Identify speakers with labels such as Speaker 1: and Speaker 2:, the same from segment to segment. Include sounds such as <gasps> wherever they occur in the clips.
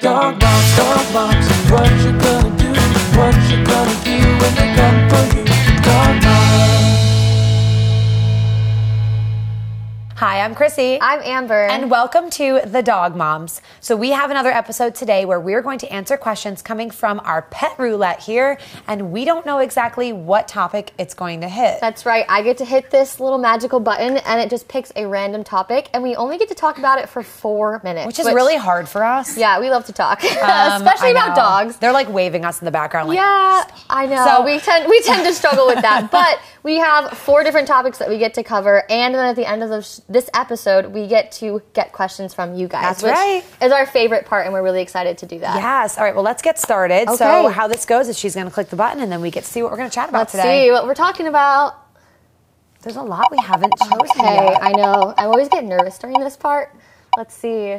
Speaker 1: Dog box, dog box, what you gonna do? What you gonna do when they come for you? Dog box.
Speaker 2: Hi, I'm Chrissy.
Speaker 3: I'm Amber.
Speaker 2: and welcome to the Dog Moms. So, we have another episode today where we're going to answer questions coming from our pet roulette here, and we don't know exactly what topic it's going to hit.
Speaker 3: that's right. I get to hit this little magical button and it just picks a random topic and we only get to talk about it for 4 minutes.
Speaker 2: which is really hard for us.
Speaker 3: Yeah, we love to talk.
Speaker 2: Um,
Speaker 3: <laughs> Especially
Speaker 2: I
Speaker 3: about
Speaker 2: know.
Speaker 3: dogs.
Speaker 2: They're like waving us in the background. Like,
Speaker 3: Yeah, I know.
Speaker 2: So-
Speaker 3: we tend we tend to struggle with that, but we have four different topics that we get to cover, and then at the end of the sh- this episode, we get to get questions from you guys.
Speaker 2: That's
Speaker 3: which
Speaker 2: right.
Speaker 3: Is our favorite part, and we're really excited to do that.
Speaker 2: Yes. All right. Well, let's get started. So,
Speaker 3: Okay.
Speaker 2: how this goes is she's going to click the button, and then we get to see what we're going to chat about
Speaker 3: Let's
Speaker 2: today.
Speaker 3: see what we're talking about.
Speaker 2: There's a lot we haven't chosen
Speaker 3: Okay,
Speaker 2: yet.
Speaker 3: I know. I always get nervous during this part. Let's see.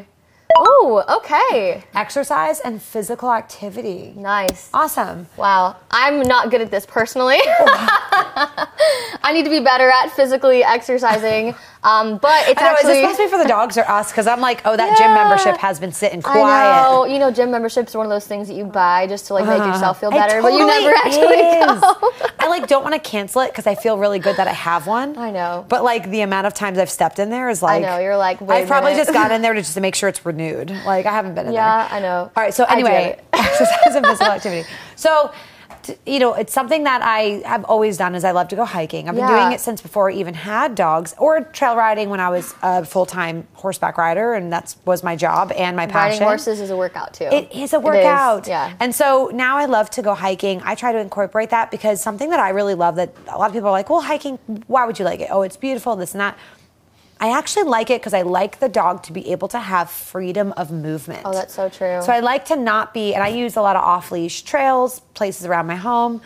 Speaker 3: Oh, okay.
Speaker 2: Exercise and physical activity.
Speaker 3: Nice.
Speaker 2: Awesome.
Speaker 3: Wow. I'm not good at this personally. <laughs> I need to be better at physically exercising. Um, but it's
Speaker 2: I know, is
Speaker 3: actually
Speaker 2: this supposed to be for the dogs or us? Because I'm like, oh, that gym
Speaker 3: Yeah.
Speaker 2: membership has been sitting
Speaker 3: I
Speaker 2: quiet. Uh,
Speaker 3: know, you know, gym memberships are one of those things that you buy just to like make yourself feel
Speaker 2: <laughs> It
Speaker 3: better, but you
Speaker 2: totally
Speaker 3: never <laughs> actually
Speaker 2: is.
Speaker 3: go.
Speaker 2: I like don't want to cancel it because I feel really good that I have one.
Speaker 3: I know.
Speaker 2: but like the amount of times I've stepped in there is like
Speaker 3: know, you're like, wait
Speaker 2: I've
Speaker 3: a
Speaker 2: probably
Speaker 3: minute.
Speaker 2: just got in there to just to make sure it's renewed. Like I haven't been in
Speaker 3: Yeah,
Speaker 2: there.
Speaker 3: I know.
Speaker 2: All right, so
Speaker 3: I do
Speaker 2: anyway, <laughs> exercise and physical activity. So. t- You know, it's something that I have always done is I love to go hiking. I've been
Speaker 3: Yeah.
Speaker 2: doing it since before I even had dogs or trail riding when I was a full-time horseback rider and that was my job and my passion.
Speaker 3: Riding horses is a workout too.
Speaker 2: It is a workout.
Speaker 3: yeah.
Speaker 2: And so now I love to go hiking. I try to incorporate that because something that I really love that a lot of people are like, well, hiking, why would you like it? Oh, it's beautiful, this and that. I actually like it because I like the dog to be able to have freedom of movement.
Speaker 3: Oh, that's so true.
Speaker 2: So I like to not be, and I use a lot of off leash trails, places around my home.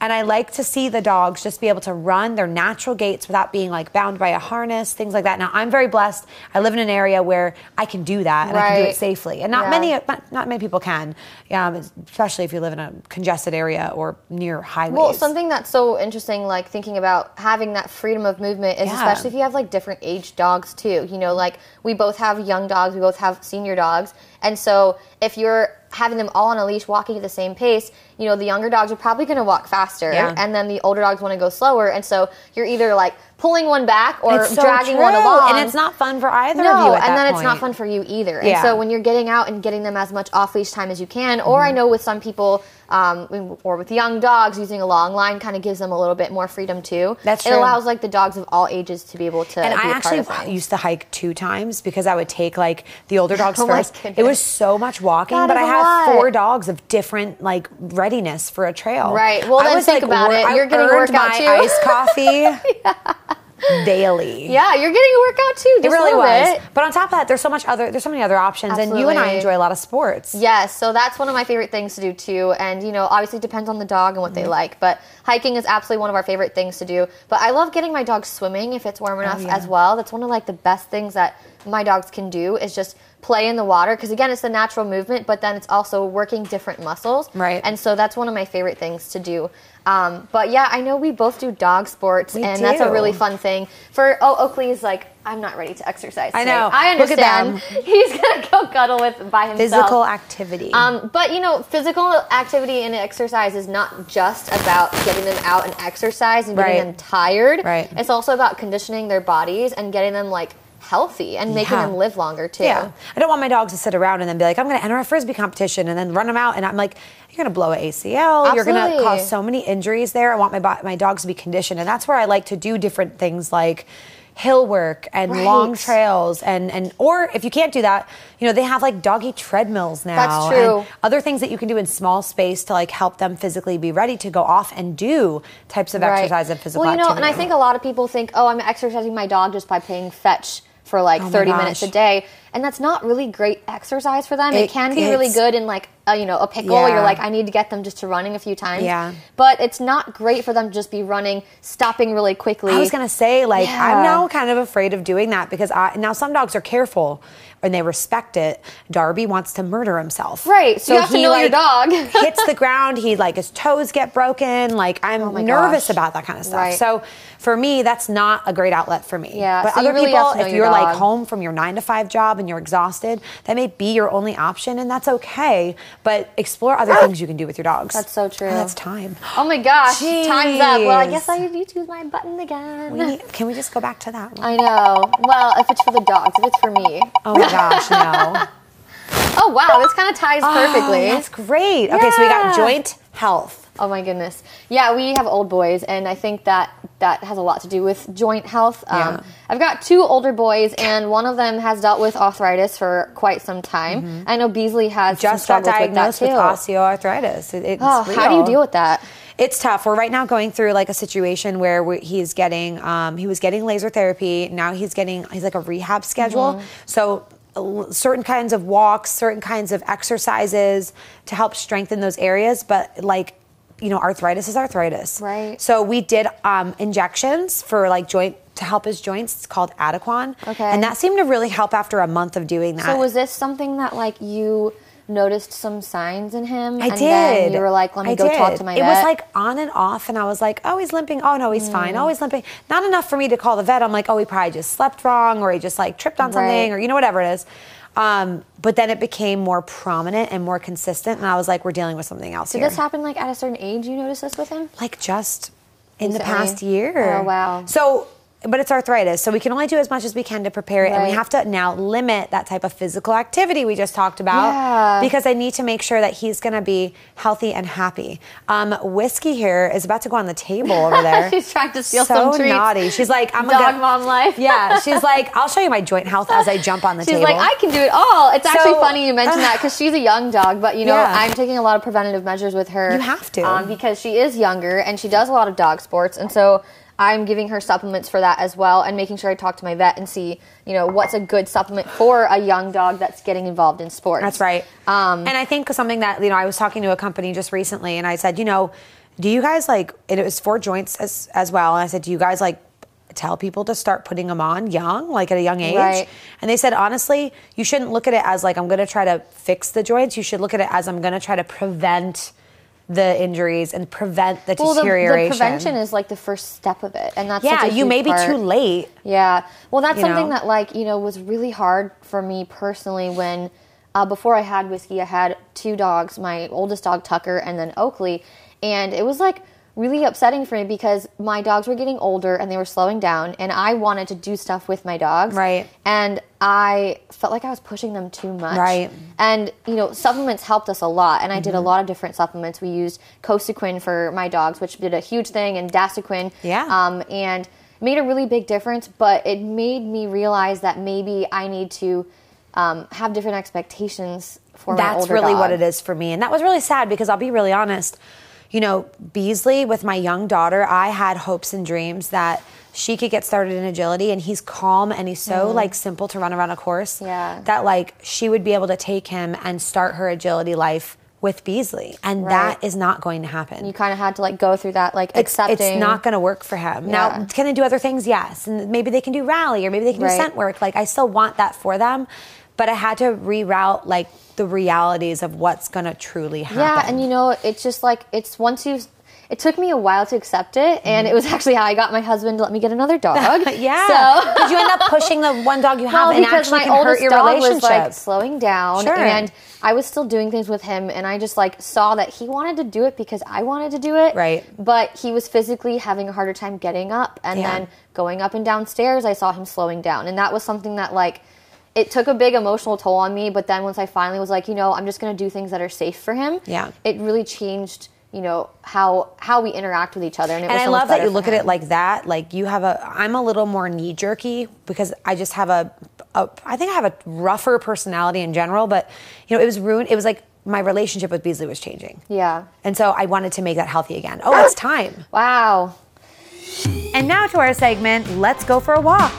Speaker 2: And I like to see the dogs just be able to run their natural gaits without being like bound by a harness, things like that. Now, I'm very blessed. I live in an area where I can do that and I can do it
Speaker 3: Right.
Speaker 2: safely. And not
Speaker 3: Yeah.
Speaker 2: many not, not many people can, um, especially if you live in a congested area or near highways.
Speaker 3: Well, something that's so interesting, like thinking about having that freedom of movement, is
Speaker 2: Yeah.
Speaker 3: especially if you have like different age dogs too. You know, like we both have young dogs, we both have senior dogs, and so if you're having them all on a leash walking at the same pace, you know, the younger dogs are probably going to walk faster,
Speaker 2: Yeah.
Speaker 3: and then the older dogs want to go slower, and so you're either like pulling one back or
Speaker 2: It's so
Speaker 3: dragging one
Speaker 2: true,
Speaker 3: along,
Speaker 2: and it's not fun for either
Speaker 3: no,
Speaker 2: of you. at
Speaker 3: and
Speaker 2: that
Speaker 3: then it's not
Speaker 2: point.
Speaker 3: fun for you either.
Speaker 2: Yeah.
Speaker 3: And so when you're getting out and getting them as much off leash time as you can, or
Speaker 2: Mm-hmm.
Speaker 3: I know with some people, um, or with young dogs, using a long line kind of gives them a little bit more freedom too.
Speaker 2: That's
Speaker 3: It
Speaker 2: true.
Speaker 3: allows like the dogs of all ages to be able to.
Speaker 2: And
Speaker 3: be
Speaker 2: I
Speaker 3: a
Speaker 2: actually
Speaker 3: part of things.
Speaker 2: used to hike two times because I would take like the older dogs
Speaker 3: <laughs> Oh my
Speaker 2: first. It
Speaker 3: goodness.
Speaker 2: was so much walking,
Speaker 3: That
Speaker 2: but
Speaker 3: is
Speaker 2: I
Speaker 3: a
Speaker 2: have
Speaker 3: lot.
Speaker 2: four dogs of different like readiness for a trail.
Speaker 3: Right. Well,
Speaker 2: I
Speaker 3: then
Speaker 2: was like,
Speaker 3: think about
Speaker 2: wor-
Speaker 3: it.
Speaker 2: I
Speaker 3: You're getting a
Speaker 2: earned
Speaker 3: workout,
Speaker 2: my
Speaker 3: too.
Speaker 2: iced coffee daily.
Speaker 3: <laughs> yeah, you're getting a workout too. Just
Speaker 2: It really
Speaker 3: a little
Speaker 2: was.
Speaker 3: Bit.
Speaker 2: But on top of that, there's so much other there's so many other options, and you and I
Speaker 3: Absolutely.
Speaker 2: enjoy a lot of sports.
Speaker 3: Yes, so that's one of my favorite things to do too. And, you know, obviously it depends on the dog and what
Speaker 2: Mm-hmm.
Speaker 3: they like, but hiking is absolutely one of our favorite things to do. But I love getting my dog swimming if it's warm enough
Speaker 2: Oh, yeah.
Speaker 3: as well. That's one of like the best things that my dogs can do is just play in the water because again it's the natural movement but then it's also working different muscles
Speaker 2: Right.
Speaker 3: and so that's one of my favorite things to do um, but yeah i know we both do dog sports
Speaker 2: We
Speaker 3: and that's a
Speaker 2: do.
Speaker 3: really fun thing for oh oakley is like i'm not ready to exercise
Speaker 2: I
Speaker 3: today."
Speaker 2: know.
Speaker 3: i
Speaker 2: Look at
Speaker 3: understand <laughs> he's gonna go cuddle with by himself
Speaker 2: Physical activity.
Speaker 3: um, but you know, physical activity and exercise is not just about getting them out and exercise and getting
Speaker 2: Right.
Speaker 3: them tired.
Speaker 2: Right.
Speaker 3: It's also about conditioning their bodies and getting them like healthy and making
Speaker 2: Yeah.
Speaker 3: them live longer too.
Speaker 2: Yeah. I don't want my dogs to sit around and then be like, I'm going to enter a frisbee competition and then run them out. And I'm like, you're going to blow an ACL. You're going to
Speaker 3: Absolutely.
Speaker 2: cause so many injuries there. I want my, bo- my dogs to be conditioned. And that's where I like to do different things like hill work and
Speaker 3: Right.
Speaker 2: long trails and and or if you can't do that you know they have like doggy treadmills now
Speaker 3: That's
Speaker 2: and
Speaker 3: true.
Speaker 2: other things that you can do in small space to like help them physically be ready to go off and do types of
Speaker 3: Right.
Speaker 2: exercise and physical
Speaker 3: Well, you know,
Speaker 2: activity
Speaker 3: and I think a lot of people think, oh, I'm exercising my dog just by playing fetch for like
Speaker 2: Oh my
Speaker 3: 30 minutes a
Speaker 2: gosh.
Speaker 3: day. And that's not really great exercise for them. It,
Speaker 2: It-
Speaker 3: can be really
Speaker 2: it's-
Speaker 3: good in like, a, you know, a pickle. where
Speaker 2: Yeah.
Speaker 3: You're like, I need to get them just to running a few times.
Speaker 2: Yeah.
Speaker 3: But it's not great for them to just be running, stopping really quickly.
Speaker 2: I was gonna say, like, I'm
Speaker 3: Yeah.
Speaker 2: now kind of afraid of doing that because I now some dogs are careful and they respect it. Darby wants to murder himself.
Speaker 3: Right, so you have to know your
Speaker 2: <laughs>
Speaker 3: dog.
Speaker 2: hits the ground. He like his toes get broken. Like I'm
Speaker 3: Oh my
Speaker 2: nervous
Speaker 3: gosh.
Speaker 2: about that kind of stuff.
Speaker 3: Right.
Speaker 2: So for me, that's not a great outlet for me.
Speaker 3: Yeah,
Speaker 2: But
Speaker 3: so you
Speaker 2: other
Speaker 3: really have
Speaker 2: people,
Speaker 3: to know
Speaker 2: if
Speaker 3: your
Speaker 2: you're like
Speaker 3: dog.
Speaker 2: home from your nine to five job, job and you're exhausted, that may be your only option, and that's okay. But explore other things you can do with your dogs.
Speaker 3: Ah! That's so true.
Speaker 2: And that's time. <gasps>
Speaker 3: Oh my gosh, time's up. Well, I
Speaker 2: Jeez.
Speaker 3: guess I need to use my button again.
Speaker 2: We need- can we just go back to that one?
Speaker 3: I know. Well, if it's for the dogs, if it's for me.
Speaker 2: Oh
Speaker 3: <laughs>
Speaker 2: my gosh, no.
Speaker 3: Oh wow, this kind of ties perfectly.
Speaker 2: Oh, that's great. Okay, so we got
Speaker 3: Yeah.
Speaker 2: joint health.
Speaker 3: Oh my goodness. Yeah, we have old boys, and I think that that has a lot to do with joint health. Um,
Speaker 2: Yeah.
Speaker 3: I've got two older boys, and one of them has dealt with arthritis for quite some time. I know Beasley has some
Speaker 2: Mm-hmm. Just got
Speaker 3: struggles
Speaker 2: diagnosed with,
Speaker 3: with that too.
Speaker 2: osteoarthritis. It- it's
Speaker 3: oh, how do you
Speaker 2: real.
Speaker 3: deal with that?
Speaker 2: It's tough. We're right now going through like a situation where we, he's getting, um, he was getting laser therapy. Now he's getting, he's like a rehab schedule. So l- certain kinds of walks, certain kinds of exercises to help strengthen those areas. But like, you know, arthritis is arthritis.
Speaker 3: Right.
Speaker 2: So we did um, injections for like joint to help his joints. It's called Adequan.
Speaker 3: Okay.
Speaker 2: And that seemed to really help after a month of doing that.
Speaker 3: So was this something that like you noticed some signs in him?
Speaker 2: I
Speaker 3: and
Speaker 2: did.
Speaker 3: Then you were like, let me
Speaker 2: I
Speaker 3: go talk
Speaker 2: did.
Speaker 3: to my
Speaker 2: It
Speaker 3: vet. Mm.
Speaker 2: was like on and off, and I was like, oh, he's limping. Oh, no, he's fine. Oh, he's limping. Not enough for me to call the vet. I'm like, oh, he probably just slept wrong, or he just like tripped on something,
Speaker 3: Right.
Speaker 2: or you know, whatever it is. Um, but then it became more prominent and more consistent, and I was like, we're dealing with something else
Speaker 3: Did
Speaker 2: here.
Speaker 3: this happen like at a certain age? You noticed this with him?
Speaker 2: like just in the
Speaker 3: Recently?
Speaker 2: past year.
Speaker 3: Oh, wow.
Speaker 2: So, but it's arthritis, so we can only do as much as we can to prepare it, and we
Speaker 3: Right.
Speaker 2: have to now limit that type of physical activity we just talked about
Speaker 3: Yeah.
Speaker 2: because I need to make sure that he's going to be healthy and happy. Um, whiskey here is about to go on the table
Speaker 3: <laughs>
Speaker 2: over there.
Speaker 3: <laughs> She's trying to steal
Speaker 2: so
Speaker 3: some treats.
Speaker 2: naughty. She's like, I'm
Speaker 3: Dog
Speaker 2: a good-
Speaker 3: mom life. <laughs>
Speaker 2: Yeah, she's like, I'll show you my joint health as I jump on the
Speaker 3: She's
Speaker 2: table.
Speaker 3: like, I can do it all. It's actually
Speaker 2: So-
Speaker 3: funny you mentioned that because she's a young dog, but you know,
Speaker 2: Yeah.
Speaker 3: I'm taking a lot of preventative measures with her.
Speaker 2: You have to.
Speaker 3: um, because she is younger and she does a lot of dog sports, and so I'm giving her supplements for that as well, and making sure I talk to my vet and see, you know, what's a good supplement for a young dog that's getting involved in sports.
Speaker 2: That's right.
Speaker 3: Um,
Speaker 2: and I think something that you know, I was talking to a company just recently, and I said, you know, do you guys like? And it was for joints as as well. And I said, do you guys like? Tell people to start putting them on young, like at a young age.
Speaker 3: Right.
Speaker 2: And they said, honestly, you shouldn't look at it as like, I'm going to try to fix the joints. You should look at it as, I'm going to try to prevent the injuries and prevent the
Speaker 3: Well, the, the
Speaker 2: deterioration.
Speaker 3: prevention is like the first step of it, and that's
Speaker 2: yeah,
Speaker 3: such a
Speaker 2: you may
Speaker 3: huge
Speaker 2: be
Speaker 3: part.
Speaker 2: too late.
Speaker 3: Yeah. Well, that's
Speaker 2: You
Speaker 3: something
Speaker 2: know?
Speaker 3: that like, you know, was really hard for me personally when uh, before I had whiskey, I had two dogs, my oldest dog Tucker and then Oakley, and it was like really upsetting for me because my dogs were getting older and they were slowing down and I wanted to do stuff with my dogs.
Speaker 2: Right.
Speaker 3: And I felt like I was pushing them too much.
Speaker 2: Right.
Speaker 3: And you know, supplements helped us a lot, and I
Speaker 2: Mm-hmm.
Speaker 3: did a lot of different supplements. We used Cosequin for my dogs, which did a huge thing, and Dasaquin.
Speaker 2: Yeah.
Speaker 3: Um, and made a really big difference, but it made me realize that maybe I need to um, have different expectations for my
Speaker 2: that's
Speaker 3: older
Speaker 2: really what
Speaker 3: dog.
Speaker 2: it is for me and that was really sad because i'll be really honest you know beasley with my young daughter i had hopes and dreams that she could get started in agility and he's calm and he's so like simple to run around a course
Speaker 3: Mm-hmm. Yeah.
Speaker 2: that like she would be able to take him and start her agility life with beasley and
Speaker 3: Right.
Speaker 2: that is not going to happen
Speaker 3: You kind of had to like go through that, like
Speaker 2: it's,
Speaker 3: accepting.
Speaker 2: it's not going to work for him.
Speaker 3: Yeah.
Speaker 2: Now, can they do other things? Yes. And maybe they can do rally or maybe they can
Speaker 3: Right.
Speaker 2: do scent work. Like, I still want that for them, but I had to reroute like the realities of what's going to truly happen.
Speaker 3: Yeah, and you know, it's just like it's once you. It took me a while to accept it, and it was <laughs> actually how I got my husband to let me get another dog.
Speaker 2: <laughs> Mm-hmm. <laughs> yeah.
Speaker 3: So <laughs>
Speaker 2: Did you end up pushing the one dog you have
Speaker 3: Well,
Speaker 2: and
Speaker 3: because
Speaker 2: actually
Speaker 3: my
Speaker 2: can hurt
Speaker 3: oldest
Speaker 2: your
Speaker 3: dog
Speaker 2: relationship?
Speaker 3: was like slowing down,
Speaker 2: Sure.
Speaker 3: and I was still doing things with him, and I just like saw that he wanted to do it because I wanted to do it,
Speaker 2: Right.
Speaker 3: But he was physically having a harder time getting up, and
Speaker 2: Yeah.
Speaker 3: then going up and downstairs. I saw him slowing down, and that was something that like it took a big emotional toll on me. But then once I finally was like, you know, I'm just going to do things that are safe for him.
Speaker 2: Yeah.
Speaker 3: it really changed. You know how how we interact with each other, and it
Speaker 2: and
Speaker 3: was
Speaker 2: I
Speaker 3: so much
Speaker 2: love that
Speaker 3: better
Speaker 2: you
Speaker 3: for
Speaker 2: look at
Speaker 3: him.
Speaker 2: it like that. Like you have a, I'm a little more knee jerky because I just have a, a, I think I have a rougher personality in general. But you know, it was ruined. It was like my relationship with Beasley was changing.
Speaker 3: Yeah.
Speaker 2: And so I wanted to make that healthy again. Oh, it's time.
Speaker 3: Wow.
Speaker 2: And now to our segment, let's go for a walk.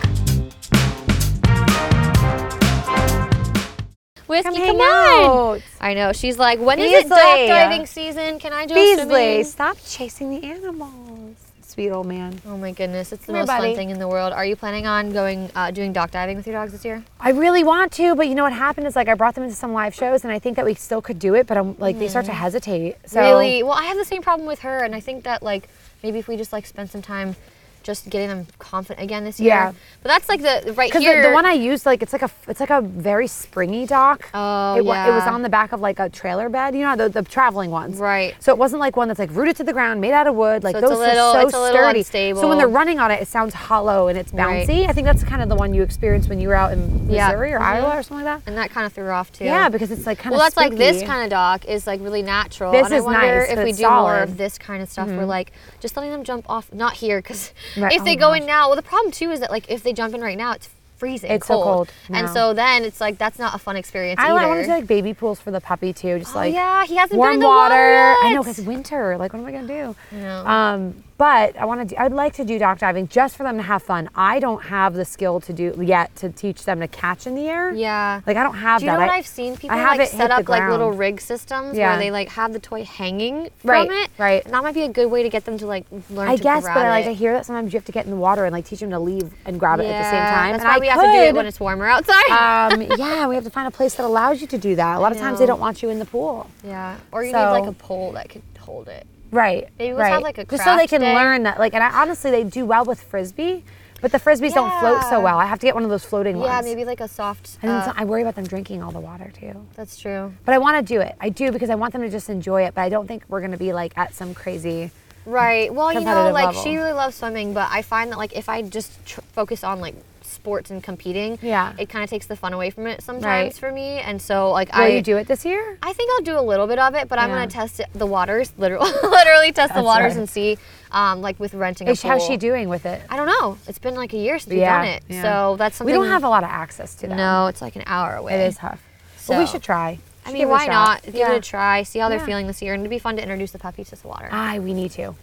Speaker 3: Whiskey,
Speaker 2: Come
Speaker 3: come,
Speaker 2: hang
Speaker 3: on.
Speaker 2: out.
Speaker 3: I know. She's like, when is it
Speaker 2: Beasley.
Speaker 3: duck diving season? Can I do a
Speaker 2: Beasley,
Speaker 3: swimming?
Speaker 2: stop chasing the animals. Sweet old man.
Speaker 3: Oh my goodness, it's the
Speaker 2: Come here,
Speaker 3: most fun
Speaker 2: buddy.
Speaker 3: thing in the world. Are you planning on going uh, doing dock diving with your dogs this year?
Speaker 2: I really want to, but you know what happened is like I brought them into some live shows and I think that we still could do it, but I'm like they start to hesitate. So
Speaker 3: Really? Well, I have the same problem with her, and I think that like maybe if we just like spend some time just getting them confident again this year.
Speaker 2: Yeah.
Speaker 3: But that's like the right
Speaker 2: Because
Speaker 3: here.
Speaker 2: the, the one I used, like it's like a it's like a very springy dock.
Speaker 3: Oh,
Speaker 2: it, wa- It was
Speaker 3: yeah.
Speaker 2: on the back of like a trailer bed, you know, the, the traveling ones.
Speaker 3: Right.
Speaker 2: So it wasn't like one that's like rooted to the ground, made out of wood. Like
Speaker 3: So it's a
Speaker 2: those
Speaker 3: little-
Speaker 2: are so
Speaker 3: it's a little
Speaker 2: sturdy. So
Speaker 3: unstable.
Speaker 2: when they're running on it, it sounds hollow and it's
Speaker 3: Right.
Speaker 2: bouncy. I think that's kind of the one you experienced when you were out in
Speaker 3: Yeah.
Speaker 2: Missouri or
Speaker 3: Mhm.
Speaker 2: Iowa or something like that.
Speaker 3: and that kind of threw her off too.
Speaker 2: Yeah, because it's like kind
Speaker 3: well,
Speaker 2: of.
Speaker 3: that's like this kind of dock is like really natural.
Speaker 2: This
Speaker 3: and I
Speaker 2: is
Speaker 3: wonder
Speaker 2: nice,
Speaker 3: if
Speaker 2: but
Speaker 3: we
Speaker 2: it's
Speaker 3: do more of
Speaker 2: solid. Mm-hmm.
Speaker 3: this kind of stuff. We're like just letting them jump off, not here, because
Speaker 2: Right,
Speaker 3: if they
Speaker 2: oh
Speaker 3: go
Speaker 2: my
Speaker 3: in now, well, the problem too is that like if they jump in right now, it's freezing
Speaker 2: It's so
Speaker 3: cold,
Speaker 2: cold
Speaker 3: and
Speaker 2: now.
Speaker 3: so then it's like that's not a fun experience
Speaker 2: I,
Speaker 3: either.
Speaker 2: I want to do like baby pools for the puppy too, just
Speaker 3: Oh,
Speaker 2: like
Speaker 3: yeah, he hasn't been
Speaker 2: warm
Speaker 3: in the water.
Speaker 2: I
Speaker 3: yet.
Speaker 2: know because winter. Like, what am I gonna do?
Speaker 3: know.
Speaker 2: Um, but I want to. I'd like to do dock diving just for them to have fun. I don't have the skill to do yet to teach them to catch in the air.
Speaker 3: Yeah.
Speaker 2: Like I don't have
Speaker 3: Do you
Speaker 2: that.
Speaker 3: know what
Speaker 2: I,
Speaker 3: I've seen people
Speaker 2: I have
Speaker 3: like
Speaker 2: it
Speaker 3: set
Speaker 2: hit the
Speaker 3: up like little
Speaker 2: ground.
Speaker 3: rig systems
Speaker 2: Yeah.
Speaker 3: where they like have the toy hanging from
Speaker 2: Right,
Speaker 3: it.
Speaker 2: right.
Speaker 3: And that might be a good way to get them to like learn
Speaker 2: I
Speaker 3: to
Speaker 2: guess,
Speaker 3: grab
Speaker 2: but I like
Speaker 3: it.
Speaker 2: to hear that sometimes you have to get in the water and like teach them to leave and grab it at the same
Speaker 3: Yeah,
Speaker 2: time.
Speaker 3: That's
Speaker 2: and
Speaker 3: why
Speaker 2: I
Speaker 3: we have to do it
Speaker 2: could,
Speaker 3: when it's warmer outside.
Speaker 2: um, yeah, we have to find a place that allows you to do that. A lot
Speaker 3: I
Speaker 2: of times they
Speaker 3: know.
Speaker 2: don't want you in the pool.
Speaker 3: yeah. Or you need like
Speaker 2: so-
Speaker 3: a pole that could hold it.
Speaker 2: Right.
Speaker 3: Maybe let's
Speaker 2: right.
Speaker 3: have, like, a
Speaker 2: just so they
Speaker 3: craft
Speaker 2: can
Speaker 3: day.
Speaker 2: learn that. Like, and I honestly they do well with frisbee, but the frisbees don't float so
Speaker 3: Yeah.
Speaker 2: well. I have to get one of those floating ones.
Speaker 3: Yeah, maybe like a soft.
Speaker 2: And then
Speaker 3: uh,
Speaker 2: so- I worry about them drinking all the water too.
Speaker 3: that's true.
Speaker 2: But I want to do it. I do because I want them to just enjoy it. But I don't think we're gonna be like at some crazy.
Speaker 3: Right. Well, you know,
Speaker 2: Competitive
Speaker 3: like
Speaker 2: level.
Speaker 3: she really loves swimming, but I find that like if I just tr- focus on like sports and competing,
Speaker 2: Yeah.
Speaker 3: it kind of takes the fun away from it sometimes
Speaker 2: Right.
Speaker 3: for me. And so like
Speaker 2: Will
Speaker 3: I
Speaker 2: you do it this year?
Speaker 3: I think I'll do a little bit of it, but I'm
Speaker 2: Yeah.
Speaker 3: gonna test it, the waters, literally, <laughs> literally test the
Speaker 2: That's
Speaker 3: waters
Speaker 2: right.
Speaker 3: and see, um, like with renting.
Speaker 2: Is-
Speaker 3: a pool.
Speaker 2: How's she doing with it?
Speaker 3: I don't know. It's been like a year since
Speaker 2: Yeah,
Speaker 3: we've done it,
Speaker 2: yeah.
Speaker 3: so that's
Speaker 2: We
Speaker 3: something.
Speaker 2: don't have a lot of access to that.
Speaker 3: No, it's like an hour away.
Speaker 2: it is tough. But we
Speaker 3: So-
Speaker 2: should try.
Speaker 3: I
Speaker 2: Should
Speaker 3: mean,
Speaker 2: give it a
Speaker 3: why
Speaker 2: shot.
Speaker 3: not? Give it a try. See how they're
Speaker 2: Yeah.
Speaker 3: feeling this year, and it'd be fun to introduce the puppies to the water.
Speaker 2: Aye, we need to.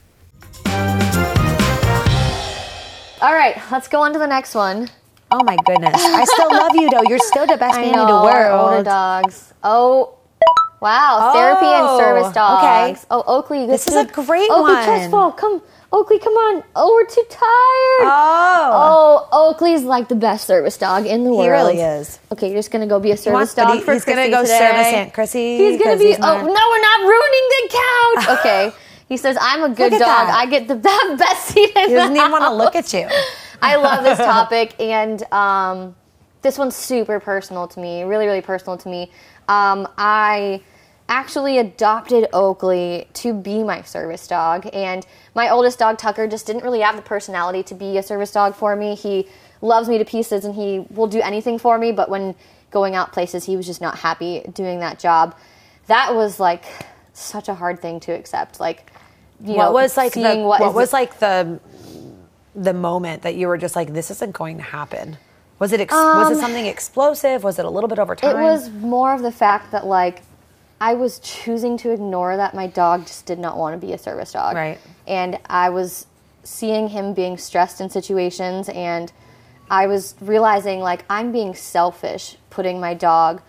Speaker 3: All right, let's go on to the next one.
Speaker 2: Oh my goodness! I
Speaker 3: <laughs>
Speaker 2: still love you though. You're still the best
Speaker 3: I
Speaker 2: nanny
Speaker 3: know
Speaker 2: in the
Speaker 3: our older
Speaker 2: world.
Speaker 3: dogs. Oh, wow! Therapy and
Speaker 2: Oh,
Speaker 3: service
Speaker 2: okay.
Speaker 3: dogs. Oh, Oakley,
Speaker 2: This
Speaker 3: good
Speaker 2: is a
Speaker 3: dude.
Speaker 2: great
Speaker 3: Oakley,
Speaker 2: one.
Speaker 3: trust fall. Come, Oakley, come on. Oh, we're too tired.
Speaker 2: Oh,
Speaker 3: Oh, Oakley's like the best service dog in the
Speaker 2: he
Speaker 3: world.
Speaker 2: really is.
Speaker 3: Okay, you're just gonna go be a service
Speaker 2: wants to
Speaker 3: dog
Speaker 2: be-
Speaker 3: for
Speaker 2: he's gonna
Speaker 3: Chrissy
Speaker 2: go
Speaker 3: today.
Speaker 2: service Aunt Chrissy
Speaker 3: He's gonna
Speaker 2: 'cause
Speaker 3: be.
Speaker 2: he's
Speaker 3: oh
Speaker 2: not-
Speaker 3: no, we're not ruining
Speaker 2: <laughs>
Speaker 3: the couch. Okay, he says I'm a good dog.
Speaker 2: Look at that.
Speaker 3: I get the <laughs> best seat. In
Speaker 2: He doesn't
Speaker 3: the
Speaker 2: even want to
Speaker 3: house."
Speaker 2: look at
Speaker 3: <laughs>
Speaker 2: you.
Speaker 3: I
Speaker 2: <laughs>
Speaker 3: love this topic, and um, this one's super personal to me. Really, really personal to me. Um, I actually adopted Oakley to be my service dog, and my oldest dog Tucker just didn't really have the personality to be a service dog for me. He loves me to pieces, and he will do anything for me. But when going out places, he was just not happy doing that job. That was like such a hard thing to accept. Like, you
Speaker 2: what
Speaker 3: know,
Speaker 2: was like the,
Speaker 3: seeing
Speaker 2: what,
Speaker 3: is-
Speaker 2: was like the the moment that you were just like this isn't going to happen was it ex- was it something explosive was it a little bit over time
Speaker 3: Um, It was more of the fact that like I was choosing to ignore that my dog just did not want to be a service dog.
Speaker 2: Right.
Speaker 3: And I was seeing him being stressed in situations and I was realizing like I'm being selfish putting my dog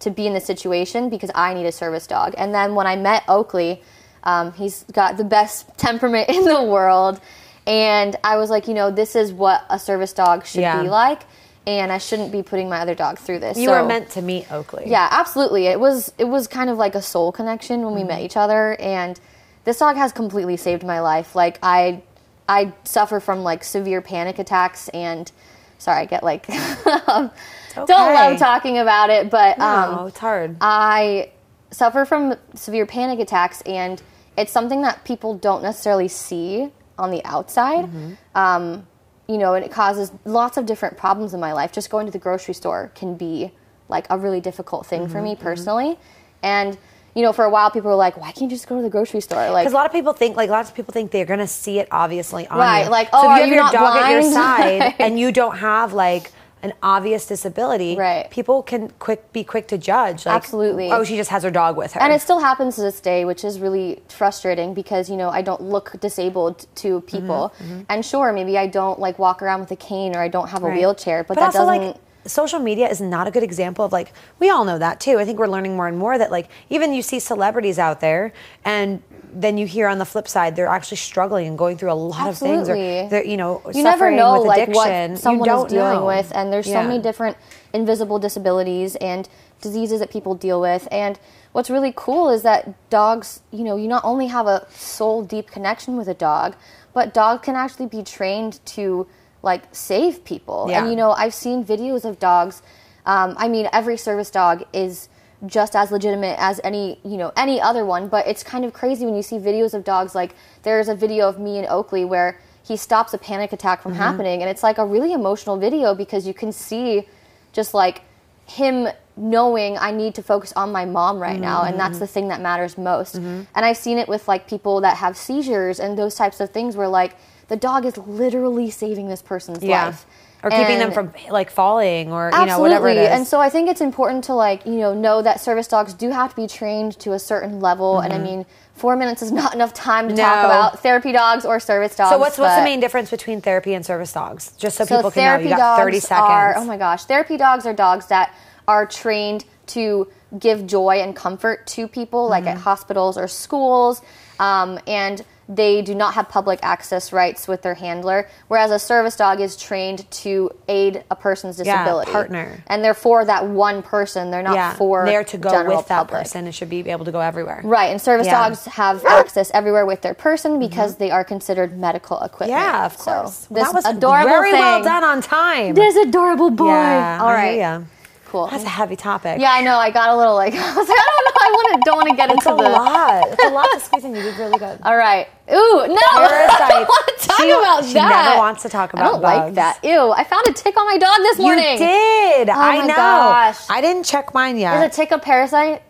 Speaker 3: to be in the situation because I need a service dog. And then when I met Oakley, um, he's got the best <laughs> temperament in the world. And I was like, you know, this is what a service dog should
Speaker 2: Yeah.
Speaker 3: be like. And I shouldn't be putting my other dog through this.
Speaker 2: you
Speaker 3: So-
Speaker 2: were meant to meet oakley
Speaker 3: yeah, absolutely. It was it was kind of like a soul connection when we met each other and this dog has completely saved my life. Like I I suffer from like severe panic attacks and sorry, I get like <laughs> um, don't
Speaker 2: okay.
Speaker 3: love talking about it, but um
Speaker 2: oh it's hard
Speaker 3: I suffer from severe panic attacks, and it's something that people don't necessarily see on the outside.
Speaker 2: Mm-hmm.
Speaker 3: Um, you know, and it causes lots of different problems in my life. Just going to the grocery store can be like a really difficult thing for
Speaker 2: Mm-hmm,
Speaker 3: me personally. And, you know, for a while, people were like, why can't you just go to the grocery store? Like,
Speaker 2: because a lot of people think like lots of people think they're gonna see it obviously on
Speaker 3: Right,
Speaker 2: you.
Speaker 3: like,
Speaker 2: so
Speaker 3: oh,
Speaker 2: if
Speaker 3: are
Speaker 2: you have
Speaker 3: you
Speaker 2: your
Speaker 3: not
Speaker 2: dog at your <laughs>
Speaker 3: blind?
Speaker 2: side
Speaker 3: Right.
Speaker 2: and
Speaker 3: <laughs>
Speaker 2: you don't have like an obvious disability
Speaker 3: Right.
Speaker 2: people can quick be quick to judge like
Speaker 3: Absolutely.
Speaker 2: oh she just has her dog with her
Speaker 3: and it still happens to this day, which is really frustrating because you know I don't look disabled
Speaker 2: Mm-hmm,
Speaker 3: to people, and sure maybe I don't like walk around with a cane or I don't have a
Speaker 2: Right.
Speaker 3: wheelchair, but, that
Speaker 2: also
Speaker 3: doesn't.
Speaker 2: like social media is not a good example of like we all know that too. I think we're learning more and more that like even you see celebrities out there and then you hear on the flip side they're actually struggling and going through a lot of things
Speaker 3: Absolutely.
Speaker 2: or they're you know
Speaker 3: you never
Speaker 2: suffering
Speaker 3: know
Speaker 2: with
Speaker 3: like
Speaker 2: addiction.
Speaker 3: what someone
Speaker 2: you don't
Speaker 3: is dealing
Speaker 2: know.
Speaker 3: with and there's so
Speaker 2: Yeah.
Speaker 3: many different invisible disabilities and diseases that people deal with. And what's really cool is that dogs, you know, you not only have a soul deep connection with a dog, but dogs can actually be trained to like save people.
Speaker 2: Yeah.
Speaker 3: And you know, I've seen videos of dogs. Um, I mean, every service dog is just as legitimate as any you know any other one but it's kind of crazy when you see videos of dogs like there's a video of me and oakley where he stops a panic attack from happening and it's like a really emotional video because you can see just like him knowing i need to focus on my mom right now and that's the thing that matters most and i've seen it with like people that have seizures and those types of things where like the dog is literally saving this person's life
Speaker 2: Or keeping them
Speaker 3: And-
Speaker 2: from like falling or, you know,
Speaker 3: Absolutely.
Speaker 2: whatever it is.
Speaker 3: And so I think it's important to like, you know, know that service dogs do have to be trained to a certain level. And I mean, four minutes is not enough time to talk
Speaker 2: Mm-hmm. No.
Speaker 3: about therapy dogs or service dogs.
Speaker 2: So what's what's the
Speaker 3: but-
Speaker 2: main difference between therapy and service dogs? Just so,
Speaker 3: so
Speaker 2: people can know,
Speaker 3: therapy
Speaker 2: you got
Speaker 3: dogs
Speaker 2: thirty seconds.
Speaker 3: Are, oh my gosh, therapy dogs are dogs that are trained to give joy and comfort to people, like
Speaker 2: Mm-hmm.
Speaker 3: at hospitals or schools, um, and they do not have public access rights with their handler. Whereas a service dog is trained to aid a person's
Speaker 2: Yeah,
Speaker 3: disability,
Speaker 2: partner.
Speaker 3: and they're for that one person. They're not
Speaker 2: yeah,
Speaker 3: for
Speaker 2: there to go
Speaker 3: general
Speaker 2: with that
Speaker 3: public.
Speaker 2: person. It should be able to go everywhere.
Speaker 3: Right, and service
Speaker 2: Yeah. Mm-hmm.
Speaker 3: dogs
Speaker 2: <gasps>
Speaker 3: have access everywhere with their person because they are considered medical equipment.
Speaker 2: Yeah, of
Speaker 3: So
Speaker 2: course.
Speaker 3: this
Speaker 2: that was
Speaker 3: adorable
Speaker 2: very well
Speaker 3: thing-
Speaker 2: done on time.
Speaker 3: this adorable boy.
Speaker 2: yeah, Oh,
Speaker 3: All right.
Speaker 2: Yeah.
Speaker 3: Cool.
Speaker 2: That's a heavy topic.
Speaker 3: yeah, I know. I got a little like <laughs> I was like, I don't know. I want to don't want to get
Speaker 2: It's a
Speaker 3: into the.
Speaker 2: lot. It's a lot to squeeze in. You did really
Speaker 3: <laughs>
Speaker 2: good.
Speaker 3: All right. Ooh, no. <laughs> I
Speaker 2: Parasites.
Speaker 3: don't want to talk
Speaker 2: She-
Speaker 3: about
Speaker 2: she
Speaker 3: that.
Speaker 2: never wants to talk
Speaker 3: I don't
Speaker 2: about
Speaker 3: like
Speaker 2: bugs.
Speaker 3: that. Ew. I found a tick on my dog this morning. Oh
Speaker 2: You did. I
Speaker 3: my
Speaker 2: know.
Speaker 3: gosh.
Speaker 2: I didn't check mine
Speaker 3: Is a
Speaker 2: yet.
Speaker 3: tick a parasite?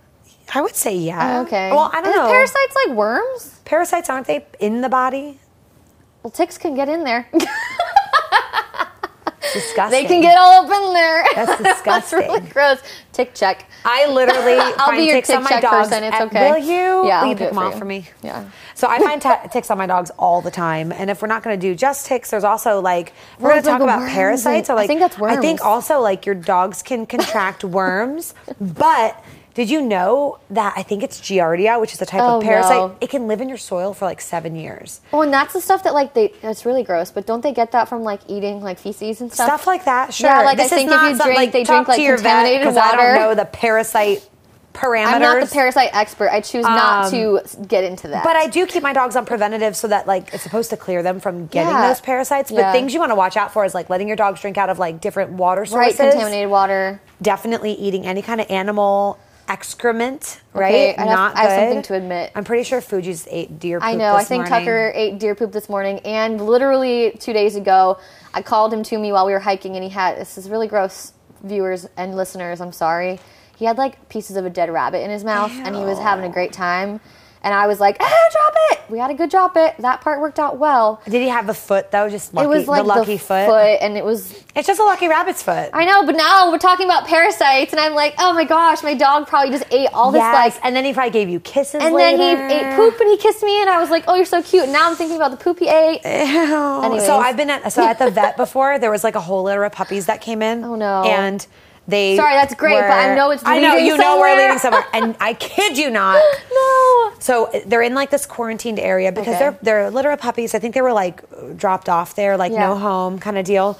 Speaker 2: I would say yeah.
Speaker 3: Oh, Okay.
Speaker 2: Well, I don't
Speaker 3: Is
Speaker 2: know.
Speaker 3: Parasites like worms?
Speaker 2: Parasites aren't they in the body?
Speaker 3: Well, ticks can get in there. <laughs>
Speaker 2: Disgusting.
Speaker 3: they can get all up in there.
Speaker 2: That's
Speaker 3: <laughs> That's
Speaker 2: disgusting.
Speaker 3: <laughs> really gross. Tick check.
Speaker 2: I literally
Speaker 3: I'll
Speaker 2: find
Speaker 3: be your
Speaker 2: ticks
Speaker 3: tick
Speaker 2: on my
Speaker 3: check
Speaker 2: dogs.
Speaker 3: person. It's
Speaker 2: and-
Speaker 3: okay.
Speaker 2: Will you?
Speaker 3: Yeah,
Speaker 2: Will
Speaker 3: I'll
Speaker 2: you
Speaker 3: do
Speaker 2: pick them
Speaker 3: it for
Speaker 2: off
Speaker 3: you.
Speaker 2: for me?
Speaker 3: Yeah.
Speaker 2: So I find t- ticks on my dogs all the time, and if we're not going to do just ticks, there's also like if we're
Speaker 3: Well,
Speaker 2: going
Speaker 3: it's
Speaker 2: to talk
Speaker 3: like
Speaker 2: about
Speaker 3: worms and-
Speaker 2: parasites. Or,
Speaker 3: I
Speaker 2: like,
Speaker 3: think that's
Speaker 2: I think
Speaker 3: worms.
Speaker 2: also like your dogs can
Speaker 3: <laughs>
Speaker 2: contract worms, but. Did you know that I think it's Giardia, which is a type
Speaker 3: Oh,
Speaker 2: of parasite?
Speaker 3: no.
Speaker 2: It can live in your soil for like seven years.
Speaker 3: Oh, and that's the stuff that like they. That's really gross. But don't they get that from like eating like feces and stuff?
Speaker 2: Stuff like that, sure.
Speaker 3: Yeah, like I
Speaker 2: This is
Speaker 3: think if
Speaker 2: not
Speaker 3: you
Speaker 2: some-
Speaker 3: drink, they
Speaker 2: talk
Speaker 3: drink like
Speaker 2: to your vet,
Speaker 3: contaminated
Speaker 2: 'cause
Speaker 3: water.
Speaker 2: I don't know the parasite parameters.
Speaker 3: I'm not the parasite expert. I choose not to s- get into that.
Speaker 2: Um, But I do keep my dogs on preventative so that like it's supposed to clear them from getting
Speaker 3: Yeah.
Speaker 2: those parasites. But
Speaker 3: Yeah.
Speaker 2: things you want to watch out for is like letting your dogs drink out of like different water
Speaker 3: right
Speaker 2: sources.
Speaker 3: contaminated water.
Speaker 2: Definitely eating any kind of animal excrement, right?
Speaker 3: Okay, I'd have- I have something to admit.
Speaker 2: I'm pretty sure Fuji's ate deer poop
Speaker 3: I know. I
Speaker 2: this
Speaker 3: think
Speaker 2: morning.
Speaker 3: Tucker ate deer poop this morning, and literally two days ago, I called him to me while we were hiking, and he had this is really gross, viewers and listeners. I'm sorry. He had like pieces of a dead rabbit in his mouth, and he was having a great time. And I was like, "Ah, drop it!" We had a good drop it. That part worked out well.
Speaker 2: Did he have a foot though? Just lucky,
Speaker 3: it was like
Speaker 2: the lucky foot.
Speaker 3: and it was
Speaker 2: It's just a lucky rabbit's foot.
Speaker 3: I know, but now we're talking about parasites, and I'm like, oh my gosh, my dog probably just ate all this
Speaker 2: yes,
Speaker 3: like.
Speaker 2: and then he probably gave you kisses.
Speaker 3: And then he
Speaker 2: later.
Speaker 3: ate poop and he kissed me, and I was like, oh, you're so cute. And now I'm thinking about the poop he ate.
Speaker 2: Ew.
Speaker 3: Anyways.
Speaker 2: So I've been at so at the vet before. There was like a whole litter of puppies that came in.
Speaker 3: Oh, no.
Speaker 2: And they.
Speaker 3: Sorry, that's great, but I know it's
Speaker 2: I know
Speaker 3: leading
Speaker 2: you know we're
Speaker 3: somewhere.
Speaker 2: leading somewhere, and I kid
Speaker 3: <gasps>
Speaker 2: you not.
Speaker 3: No.
Speaker 2: So uh, they're in like this quarantined area because
Speaker 3: Okay.
Speaker 2: they're they're a litter of puppies. I think they were like dropped off there, like
Speaker 3: Yeah.
Speaker 2: no home kind of deal.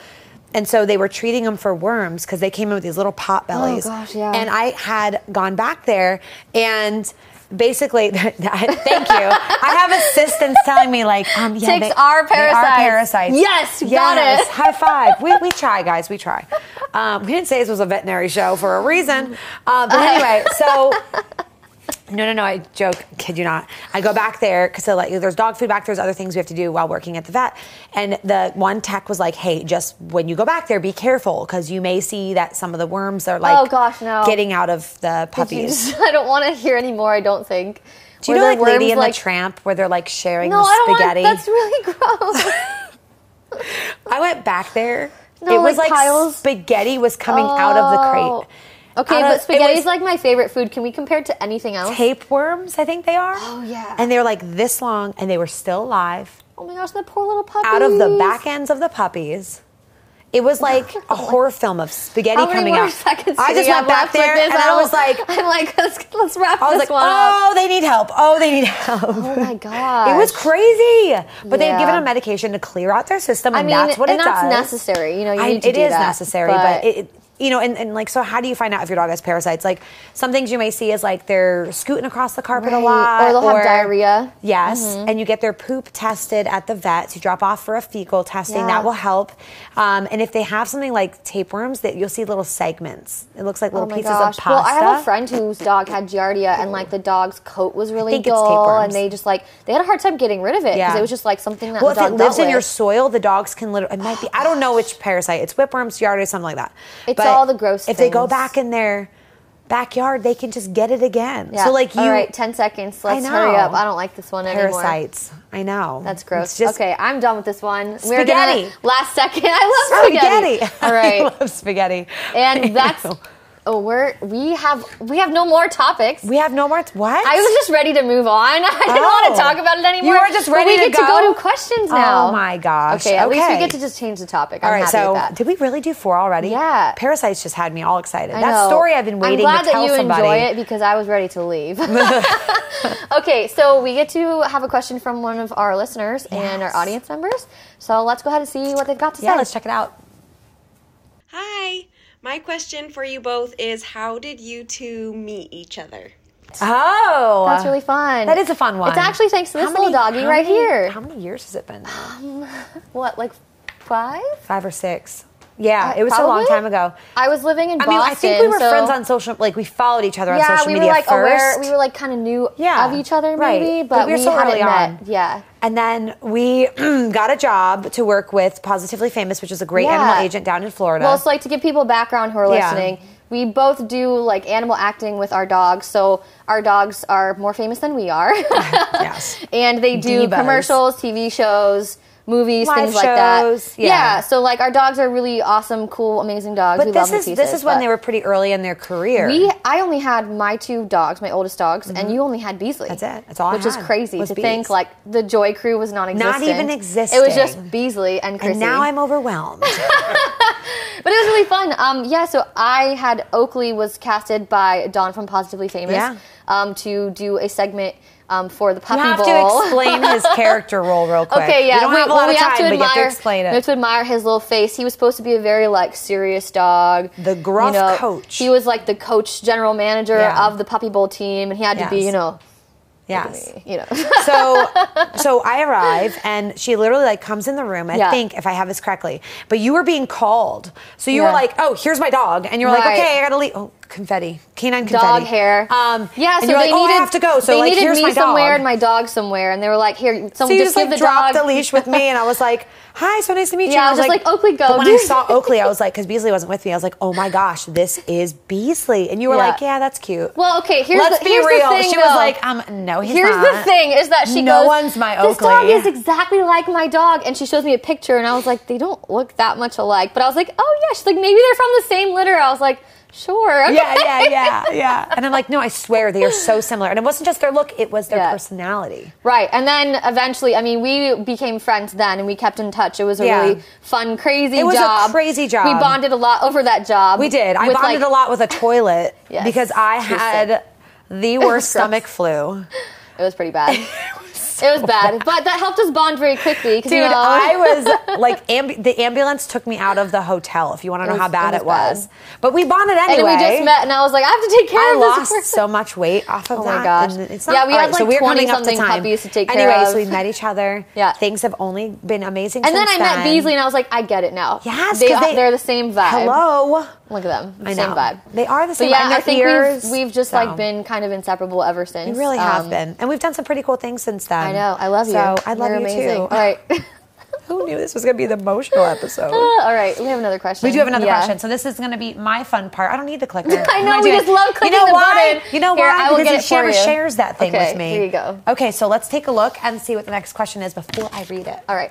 Speaker 2: And so they were treating them for worms because they came in with these little pot bellies.
Speaker 3: Oh, gosh, yeah.
Speaker 2: And I had gone back there and. Basically, <laughs> thank you. I have assistants telling me like, um, yeah,
Speaker 3: Ticks
Speaker 2: they,
Speaker 3: are
Speaker 2: they
Speaker 3: parasites.
Speaker 2: parasites.
Speaker 3: Yes, got
Speaker 2: Yes,
Speaker 3: it. <laughs>
Speaker 2: High five. We, we try, guys. We try. Um, we didn't say this was a veterinary show for a reason. Uh, but anyway, so no, no, no. I joke. Kid you not. I go back there because so like there's dog food back. There's other things we have to do while working at the vet. And the one tech was like, "Hey, just when you go back there, be careful because you may see that some of the worms are like,
Speaker 3: Oh, gosh, no.
Speaker 2: getting out of the puppies."
Speaker 3: <laughs> I don't want to hear anymore, I don't think.
Speaker 2: Do you
Speaker 3: Were
Speaker 2: know
Speaker 3: there
Speaker 2: like Lady
Speaker 3: worms,
Speaker 2: and
Speaker 3: like-
Speaker 2: the Tramp where they're like sharing
Speaker 3: No,
Speaker 2: the
Speaker 3: I don't
Speaker 2: spaghetti?
Speaker 3: want That's really <laughs>
Speaker 2: <laughs>
Speaker 3: gross.
Speaker 2: I went back there.
Speaker 3: No,
Speaker 2: it was
Speaker 3: like
Speaker 2: like
Speaker 3: piles? Oh.
Speaker 2: spaghetti was coming out of the crate. Out
Speaker 3: okay,
Speaker 2: of-
Speaker 3: but
Speaker 2: it
Speaker 3: spaghetti's
Speaker 2: was-
Speaker 3: like my favorite food. Can we compare it to anything else?
Speaker 2: Tapeworms, I think they are. Oh
Speaker 3: yeah.
Speaker 2: And they were like this long, and they were still alive.
Speaker 3: oh my gosh, the poor little puppy.
Speaker 2: out of the back ends of the puppies. It was like
Speaker 3: <laughs>
Speaker 2: a horror film of spaghetti
Speaker 3: How many
Speaker 2: coming
Speaker 3: more
Speaker 2: out.
Speaker 3: <laughs> seconds
Speaker 2: I
Speaker 3: do
Speaker 2: just
Speaker 3: we
Speaker 2: went
Speaker 3: have
Speaker 2: back
Speaker 3: left with
Speaker 2: there
Speaker 3: this?
Speaker 2: and I
Speaker 3: don't-
Speaker 2: was like,
Speaker 3: <laughs> I'm like, let's, let's wrap
Speaker 2: I was like,
Speaker 3: this one up.
Speaker 2: oh, they need help. Oh, they need help.
Speaker 3: Oh my god!
Speaker 2: It was crazy, but
Speaker 3: Yeah.
Speaker 2: they've given them medication to clear out their system,
Speaker 3: I
Speaker 2: and
Speaker 3: mean,
Speaker 2: that's what
Speaker 3: and
Speaker 2: it
Speaker 3: that's
Speaker 2: does.
Speaker 3: necessary. You know, you
Speaker 2: I-
Speaker 3: need
Speaker 2: It
Speaker 3: to
Speaker 2: is
Speaker 3: do that,
Speaker 2: necessary, but, it, you know, and, and like, so how do you find out if your dog has parasites? Like, some things you may see is like they're scooting across the carpet a lot,
Speaker 3: Right. Or they'll have diarrhea. Mm-hmm.
Speaker 2: Yes, and you get their poop tested at the vets. You drop off for a fecal testing.
Speaker 3: Yeah.
Speaker 2: That will help. Um, and if they have something like tapeworms, that you'll see little segments. It looks like little pieces of pasta.
Speaker 3: Oh Well, I have a friend whose dog had giardia, and like the dog's coat was really
Speaker 2: think it's
Speaker 3: dull,
Speaker 2: tapeworms.
Speaker 3: and they just like they had a hard time getting rid of it because
Speaker 2: Yeah.
Speaker 3: it was just like something that
Speaker 2: Well,
Speaker 3: the
Speaker 2: if
Speaker 3: dog
Speaker 2: it lives
Speaker 3: dealt
Speaker 2: in your
Speaker 3: with.
Speaker 2: soil, the dogs can literally. It might be. I don't know which parasite. It's whipworms, yardia, something like that.
Speaker 3: It's all the gross
Speaker 2: If they go
Speaker 3: things.
Speaker 2: back in their backyard, they can just get it again.
Speaker 3: Yeah.
Speaker 2: So like you,
Speaker 3: All right, ten seconds. Let's hurry
Speaker 2: know.
Speaker 3: up. I don't like this one anymore.
Speaker 2: parasites. I know.
Speaker 3: That's
Speaker 2: It's
Speaker 3: gross.
Speaker 2: just
Speaker 3: okay, I'm done with this one. We're
Speaker 2: Spaghetti.
Speaker 3: gonna- last second. <laughs> I love spaghetti.
Speaker 2: <laughs> spaghetti.
Speaker 3: All
Speaker 2: <laughs> I
Speaker 3: right,
Speaker 2: love spaghetti. <laughs> I
Speaker 3: and that's.
Speaker 2: know.
Speaker 3: Oh, we're we have we have no more topics.
Speaker 2: we have no more. What?
Speaker 3: I was just ready to move on. <laughs> I didn't want to
Speaker 2: Oh.
Speaker 3: talk about it
Speaker 2: You
Speaker 3: anymore.
Speaker 2: were just
Speaker 3: But
Speaker 2: ready
Speaker 3: we
Speaker 2: to
Speaker 3: get to
Speaker 2: go?
Speaker 3: go to questions now.
Speaker 2: Oh my gosh.
Speaker 3: Okay, at least we
Speaker 2: Okay.
Speaker 3: get to just change the topic. I'm
Speaker 2: All right,
Speaker 3: happy
Speaker 2: so
Speaker 3: with that.
Speaker 2: did we really do four already?
Speaker 3: Yeah.
Speaker 2: Parasites just had me all excited.
Speaker 3: I
Speaker 2: that
Speaker 3: know.
Speaker 2: story I've been waiting
Speaker 3: I'm glad
Speaker 2: to tell
Speaker 3: that you
Speaker 2: somebody.
Speaker 3: enjoy it because I was ready
Speaker 2: <laughs>
Speaker 3: to leave. <laughs> okay, so we get to have a question from one of our listeners and our
Speaker 2: Yes.
Speaker 3: audience members. So let's go ahead and see what they've got to
Speaker 2: Yeah,
Speaker 3: say.
Speaker 2: let's check it out.
Speaker 4: Hi. My question for you both is how did you two meet each other?
Speaker 2: Oh,
Speaker 3: That's really fun.
Speaker 2: That is a fun one.
Speaker 3: It's actually thanks to this
Speaker 2: How
Speaker 3: little
Speaker 2: many-
Speaker 3: doggy
Speaker 2: how
Speaker 3: right
Speaker 2: many-
Speaker 3: here.
Speaker 2: How many years has it been? now?
Speaker 3: what, like five?
Speaker 2: Five or six? Yeah,
Speaker 3: Uh,
Speaker 2: it was a long
Speaker 3: probably?
Speaker 2: time ago.
Speaker 3: I was living in
Speaker 2: I
Speaker 3: Boston.
Speaker 2: mean, I think we were
Speaker 3: so-
Speaker 2: friends on social. Like we followed each other on
Speaker 3: yeah,
Speaker 2: social
Speaker 3: we were
Speaker 2: media
Speaker 3: like aware.
Speaker 2: first.
Speaker 3: We were like kind of new
Speaker 2: Yeah,
Speaker 3: of each other,
Speaker 2: right.
Speaker 3: maybe,
Speaker 2: But
Speaker 3: but
Speaker 2: we were
Speaker 3: we
Speaker 2: so
Speaker 3: hadn't
Speaker 2: early
Speaker 3: met.
Speaker 2: on.
Speaker 3: Yeah,
Speaker 2: And then we <clears throat> got a job to work with Positively Famous, which is a great
Speaker 3: Yeah.
Speaker 2: animal agent down in Florida.
Speaker 3: Well, so like to give people background who are
Speaker 2: Yeah.
Speaker 3: listening, we both do like animal acting with our dogs. So our dogs are more famous than we are, <laughs>
Speaker 2: yes.
Speaker 3: and they do
Speaker 2: Divas.
Speaker 3: commercials, TV shows. Movies,
Speaker 2: Live
Speaker 3: things like that.
Speaker 2: shows, yeah.
Speaker 3: so like our dogs are really awesome, cool, amazing dogs. we
Speaker 2: But
Speaker 3: love
Speaker 2: this
Speaker 3: them
Speaker 2: is
Speaker 3: to
Speaker 2: this
Speaker 3: pieces,
Speaker 2: is when
Speaker 3: but
Speaker 2: they were pretty early in their career.
Speaker 3: We, I only had my two dogs, my oldest dogs, and you only had Beasley.
Speaker 2: Mm-hmm. That's it. That's all I
Speaker 3: Which is
Speaker 2: had
Speaker 3: crazy to
Speaker 2: was
Speaker 3: think
Speaker 2: Bees.
Speaker 3: like the Joy Crew was non-existent,
Speaker 2: even
Speaker 3: It was just
Speaker 2: existing.
Speaker 3: Beasley and Chrissy.
Speaker 2: and now I'm
Speaker 3: <laughs>
Speaker 2: overwhelmed.
Speaker 3: But it was really fun. Um, yeah, so I had Oakley was casted by Dawn from Positively Famous
Speaker 2: Yeah.
Speaker 3: um, to do a segment um, for the
Speaker 2: you
Speaker 3: Puppy
Speaker 2: have
Speaker 3: Bowl.
Speaker 2: to explain his character role
Speaker 3: <laughs>
Speaker 2: real quick.
Speaker 3: okay, yeah,
Speaker 2: we don't
Speaker 3: we,
Speaker 2: have a
Speaker 3: well,
Speaker 2: lot
Speaker 3: we
Speaker 2: of time,
Speaker 3: have to
Speaker 2: but you
Speaker 3: admire.
Speaker 2: have to explain
Speaker 3: We have
Speaker 2: it.
Speaker 3: to admire his little face. He was supposed to be a very like serious dog.
Speaker 2: The gruff coach.
Speaker 3: He was like the coach, general manager
Speaker 2: Yeah.
Speaker 3: of the Puppy Bowl team, and he had to be,
Speaker 2: Yes.
Speaker 3: you know,
Speaker 2: yes. <laughs>
Speaker 3: you know.
Speaker 2: so so I arrive and she literally like comes in the room. I
Speaker 3: Yeah.
Speaker 2: think if I have this correctly, but you were being called, so you
Speaker 3: Yeah.
Speaker 2: were like, "Oh, here's my dog," and you were
Speaker 3: Right.
Speaker 2: like, "Okay, I gotta leave." Oh, confetti, canine confetti,
Speaker 3: dog hair.
Speaker 2: Um,
Speaker 3: yeah, so
Speaker 2: and you're
Speaker 3: they
Speaker 2: like, "Oh,
Speaker 3: needed
Speaker 2: I have to go." So
Speaker 3: they
Speaker 2: like,
Speaker 3: needed
Speaker 2: here's
Speaker 3: me
Speaker 2: my dog.
Speaker 3: somewhere and my dog somewhere, and they were like, "Here,
Speaker 2: so
Speaker 3: someone
Speaker 2: you
Speaker 3: just,
Speaker 2: just like
Speaker 3: give the
Speaker 2: dropped
Speaker 3: dog
Speaker 2: the leash with me, and I was like, "Hi, so nice to meet you."
Speaker 3: Yeah,
Speaker 2: And
Speaker 3: I was just like, "Oakley, go."
Speaker 2: But when
Speaker 3: <laughs>
Speaker 2: I saw Oakley, I was like, because Beasley wasn't with me, I was like, "Oh my gosh, this is Beasley," and you were
Speaker 3: Yeah.
Speaker 2: like, "Yeah, that's cute."
Speaker 3: <laughs> Well, okay, here's
Speaker 2: Let's
Speaker 3: the,
Speaker 2: be
Speaker 3: here's
Speaker 2: real.
Speaker 3: The thing,
Speaker 2: she
Speaker 3: though.
Speaker 2: was like, "Um, no, he's
Speaker 3: Here's
Speaker 2: not."
Speaker 3: the thing is that she
Speaker 2: No
Speaker 3: goes,
Speaker 2: one's my
Speaker 3: This dog
Speaker 2: Oakley."
Speaker 3: is exactly like my dog, and she shows me a picture, and I was like, they don't look that much alike. But I was like, oh yeah, she's like maybe they're from the same litter. I was like, sure. okay.
Speaker 2: Yeah, yeah, yeah, yeah. <laughs> And I'm like, no, I swear they are so similar. And it wasn't just their look, it was their
Speaker 3: Yeah.
Speaker 2: personality.
Speaker 3: Right. And then eventually, I mean, we became friends then and we kept in touch. It was a
Speaker 2: Yeah.
Speaker 3: really fun, crazy job.
Speaker 2: It was a crazy job.
Speaker 3: We bonded a lot over that job.
Speaker 2: We did. I
Speaker 3: with,
Speaker 2: bonded
Speaker 3: like-
Speaker 2: a lot with a toilet
Speaker 3: Yes.
Speaker 2: because I
Speaker 3: She was
Speaker 2: had
Speaker 3: sick. <laughs>
Speaker 2: the worst
Speaker 3: Gross.
Speaker 2: stomach flu.
Speaker 3: It was pretty
Speaker 2: <laughs>
Speaker 3: bad. it was bad. But that helped us bond very quickly. 'cause,
Speaker 2: Dude,
Speaker 3: you know-
Speaker 2: I was like, amb- the ambulance took me out of the hotel if you want to know
Speaker 3: was-
Speaker 2: how bad
Speaker 3: it
Speaker 2: it
Speaker 3: was
Speaker 2: was.
Speaker 3: bad.
Speaker 2: But we bonded
Speaker 3: And
Speaker 2: anyway.
Speaker 3: we just met, and I was like, I have to take care
Speaker 2: I
Speaker 3: of this.
Speaker 2: lost
Speaker 3: person.
Speaker 2: so much weight off of
Speaker 3: Oh my
Speaker 2: that.
Speaker 3: gosh.
Speaker 2: and it's
Speaker 3: Yeah,
Speaker 2: not
Speaker 3: we had
Speaker 2: right. so
Speaker 3: like
Speaker 2: we're coming up to
Speaker 3: 20-something
Speaker 2: time.
Speaker 3: puppies to take care
Speaker 2: anyway,
Speaker 3: of.
Speaker 2: so we met each other.
Speaker 3: Yeah.
Speaker 2: Things have only been amazing
Speaker 3: and then I
Speaker 2: since
Speaker 3: met Beasley, and I was like, I get it now.
Speaker 2: Yes,
Speaker 3: they,
Speaker 2: 'cause they-
Speaker 3: are the same vibe.
Speaker 2: Hello.
Speaker 3: Look at them.
Speaker 2: I
Speaker 3: same
Speaker 2: know.
Speaker 3: vibe.
Speaker 2: They are the
Speaker 3: But
Speaker 2: same.
Speaker 3: yeah,
Speaker 2: And
Speaker 3: I
Speaker 2: their
Speaker 3: think
Speaker 2: ears,
Speaker 3: we've we've just
Speaker 2: so.
Speaker 3: like been kind of inseparable ever since.
Speaker 2: We really have
Speaker 3: Um,
Speaker 2: been. And we've done some pretty cool things since then.
Speaker 3: I know. I love you.
Speaker 2: So I love
Speaker 3: You're
Speaker 2: you
Speaker 3: amazing.
Speaker 2: too.
Speaker 3: All right. <laughs>
Speaker 2: Who knew this was going to be the emotional episode?
Speaker 3: All right. We have another question.
Speaker 2: We do have another
Speaker 3: Yeah.
Speaker 2: question. So this is going to be my fun part. I don't need the clicker.
Speaker 3: <laughs> I
Speaker 2: I'm
Speaker 3: know,
Speaker 2: not
Speaker 3: we
Speaker 2: doing
Speaker 3: just
Speaker 2: it.
Speaker 3: love
Speaker 2: You
Speaker 3: clicking
Speaker 2: know
Speaker 3: the
Speaker 2: why?
Speaker 3: button.
Speaker 2: You know
Speaker 3: Here,
Speaker 2: why?
Speaker 3: I will
Speaker 2: because
Speaker 3: get it
Speaker 2: she
Speaker 3: for
Speaker 2: never
Speaker 3: you.
Speaker 2: shares that thing
Speaker 3: Okay,
Speaker 2: with me.
Speaker 3: here you go.
Speaker 2: Okay, so let's take a look and see what the next question is before I read it.
Speaker 3: All right.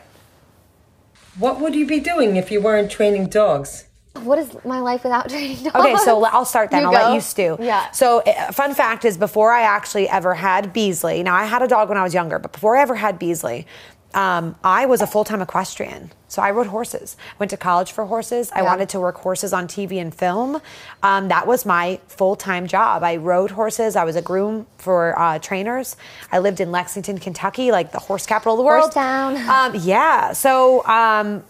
Speaker 5: What would you be doing if you weren't training dogs?
Speaker 3: What is my life without <laughs> training dogs?
Speaker 2: Okay, so le- I'll start then.
Speaker 3: You
Speaker 2: I'll
Speaker 3: go.
Speaker 2: let you stew.
Speaker 3: Yeah.
Speaker 2: So, uh, fun fact is, before I actually ever had Beasley, now I had a dog when I was younger, but before I ever had Beasley, um, I was a full time equestrian. So I rode horses. Went to college for horses. I
Speaker 3: Yeah.
Speaker 2: wanted to work horses on TV and film. Um, that was my full time job. I rode horses. I was a groom for uh, trainers. I lived in Lexington, Kentucky, like the horse capital of the world.
Speaker 3: Horse town.
Speaker 2: Um, yeah. So um,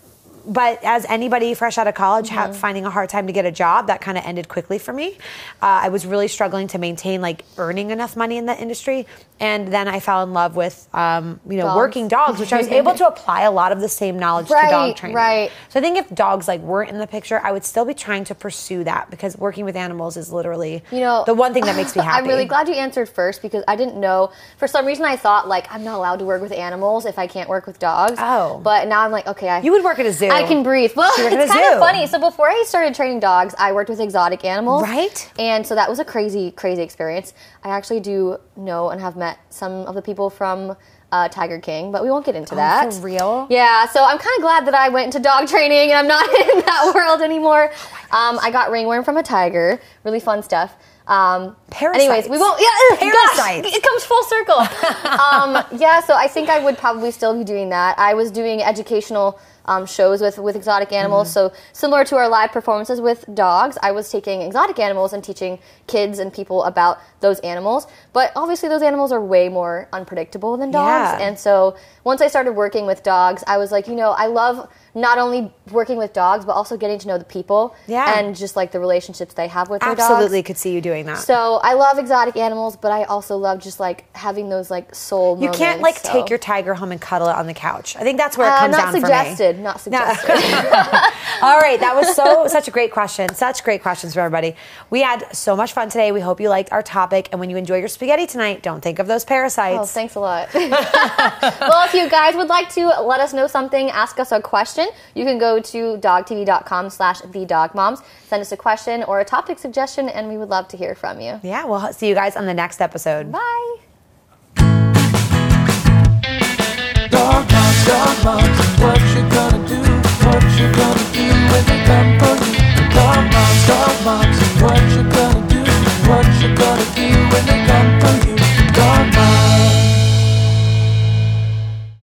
Speaker 2: but as anybody fresh out of college
Speaker 3: Mm-hmm.
Speaker 2: ha- finding a hard time to get a job, that kind of ended quickly for me. Uh, I was really struggling to maintain like earning enough money in that industry, and then I fell in love with um, you know
Speaker 3: Dogs.
Speaker 2: working dogs, which I was able to apply a lot of the same knowledge to dog
Speaker 3: Right,
Speaker 2: training.
Speaker 3: right.
Speaker 2: So I think if dogs like weren't in the picture, I would still be trying to pursue that because working with animals is literally
Speaker 3: You know,
Speaker 2: the one thing that makes me happy.
Speaker 3: <laughs> I'm really glad you answered first because I didn't know. For some reason, I thought like I'm not allowed to work with animals if I can't work with dogs.
Speaker 2: Oh.
Speaker 3: but now I'm like, okay, I
Speaker 2: You would work at a zoo.
Speaker 3: I can breathe. Well,
Speaker 2: She worked at
Speaker 3: it's
Speaker 2: a
Speaker 3: kind
Speaker 2: zoo.
Speaker 3: of funny. So before I started training dogs, I worked with exotic animals,
Speaker 2: Right.
Speaker 3: And so that was a crazy, crazy experience. I actually do know and have met some of the people from. Uh, Tiger King, but we won't get into that.
Speaker 2: Oh, for real?
Speaker 3: Yeah, so I'm kind of glad that I went into dog <laughs> training and I'm not in that world anymore. um, I got ringworm from a tiger. Really fun stuff. Um, Anyways, we
Speaker 2: Parasites.
Speaker 3: won't. Yeah, <laughs> gosh,
Speaker 2: Parasites.
Speaker 3: it comes full
Speaker 2: <laughs>
Speaker 3: circle. um, yeah, so I think I would probably still be doing that. I was doing educational um, shows with with exotic animals,
Speaker 2: Mm-hmm.
Speaker 3: so similar to our live performances with dogs, I was taking exotic animals and teaching kids and people about those animals. But obviously, those animals are way more unpredictable than dogs,
Speaker 2: Yeah.
Speaker 3: and so once I started working with dogs, I was like, you know, I love not only working with dogs but also getting to know the people
Speaker 2: Yeah.
Speaker 3: and just like the relationships they have with their dogs.
Speaker 2: absolutely could see you doing that.
Speaker 3: So I love exotic animals, but I also love just like having those like soul.
Speaker 2: you can't like take your tiger home and cuddle it on the couch. I think that's where it comes
Speaker 3: Uh, not
Speaker 2: down
Speaker 3: suggested.
Speaker 2: for me.
Speaker 3: Not
Speaker 2: <laughs>
Speaker 3: suggested.
Speaker 2: All right, that was so <laughs> such a great question. Such great questions for everybody. We had so much fun today. We hope you liked our topic. And when you enjoy your spaghetti tonight, don't think of those parasites.
Speaker 3: oh, thanks a lot. <laughs> well, if you guys would like to let us know something, ask us a question, you can go to dogtv.com slash the dog moms. Send us a question or a topic suggestion, and we would love to hear from you.
Speaker 2: yeah, we'll see you guys on the next episode.
Speaker 3: Bye.
Speaker 1: Dog moms, dog moms, what you gonna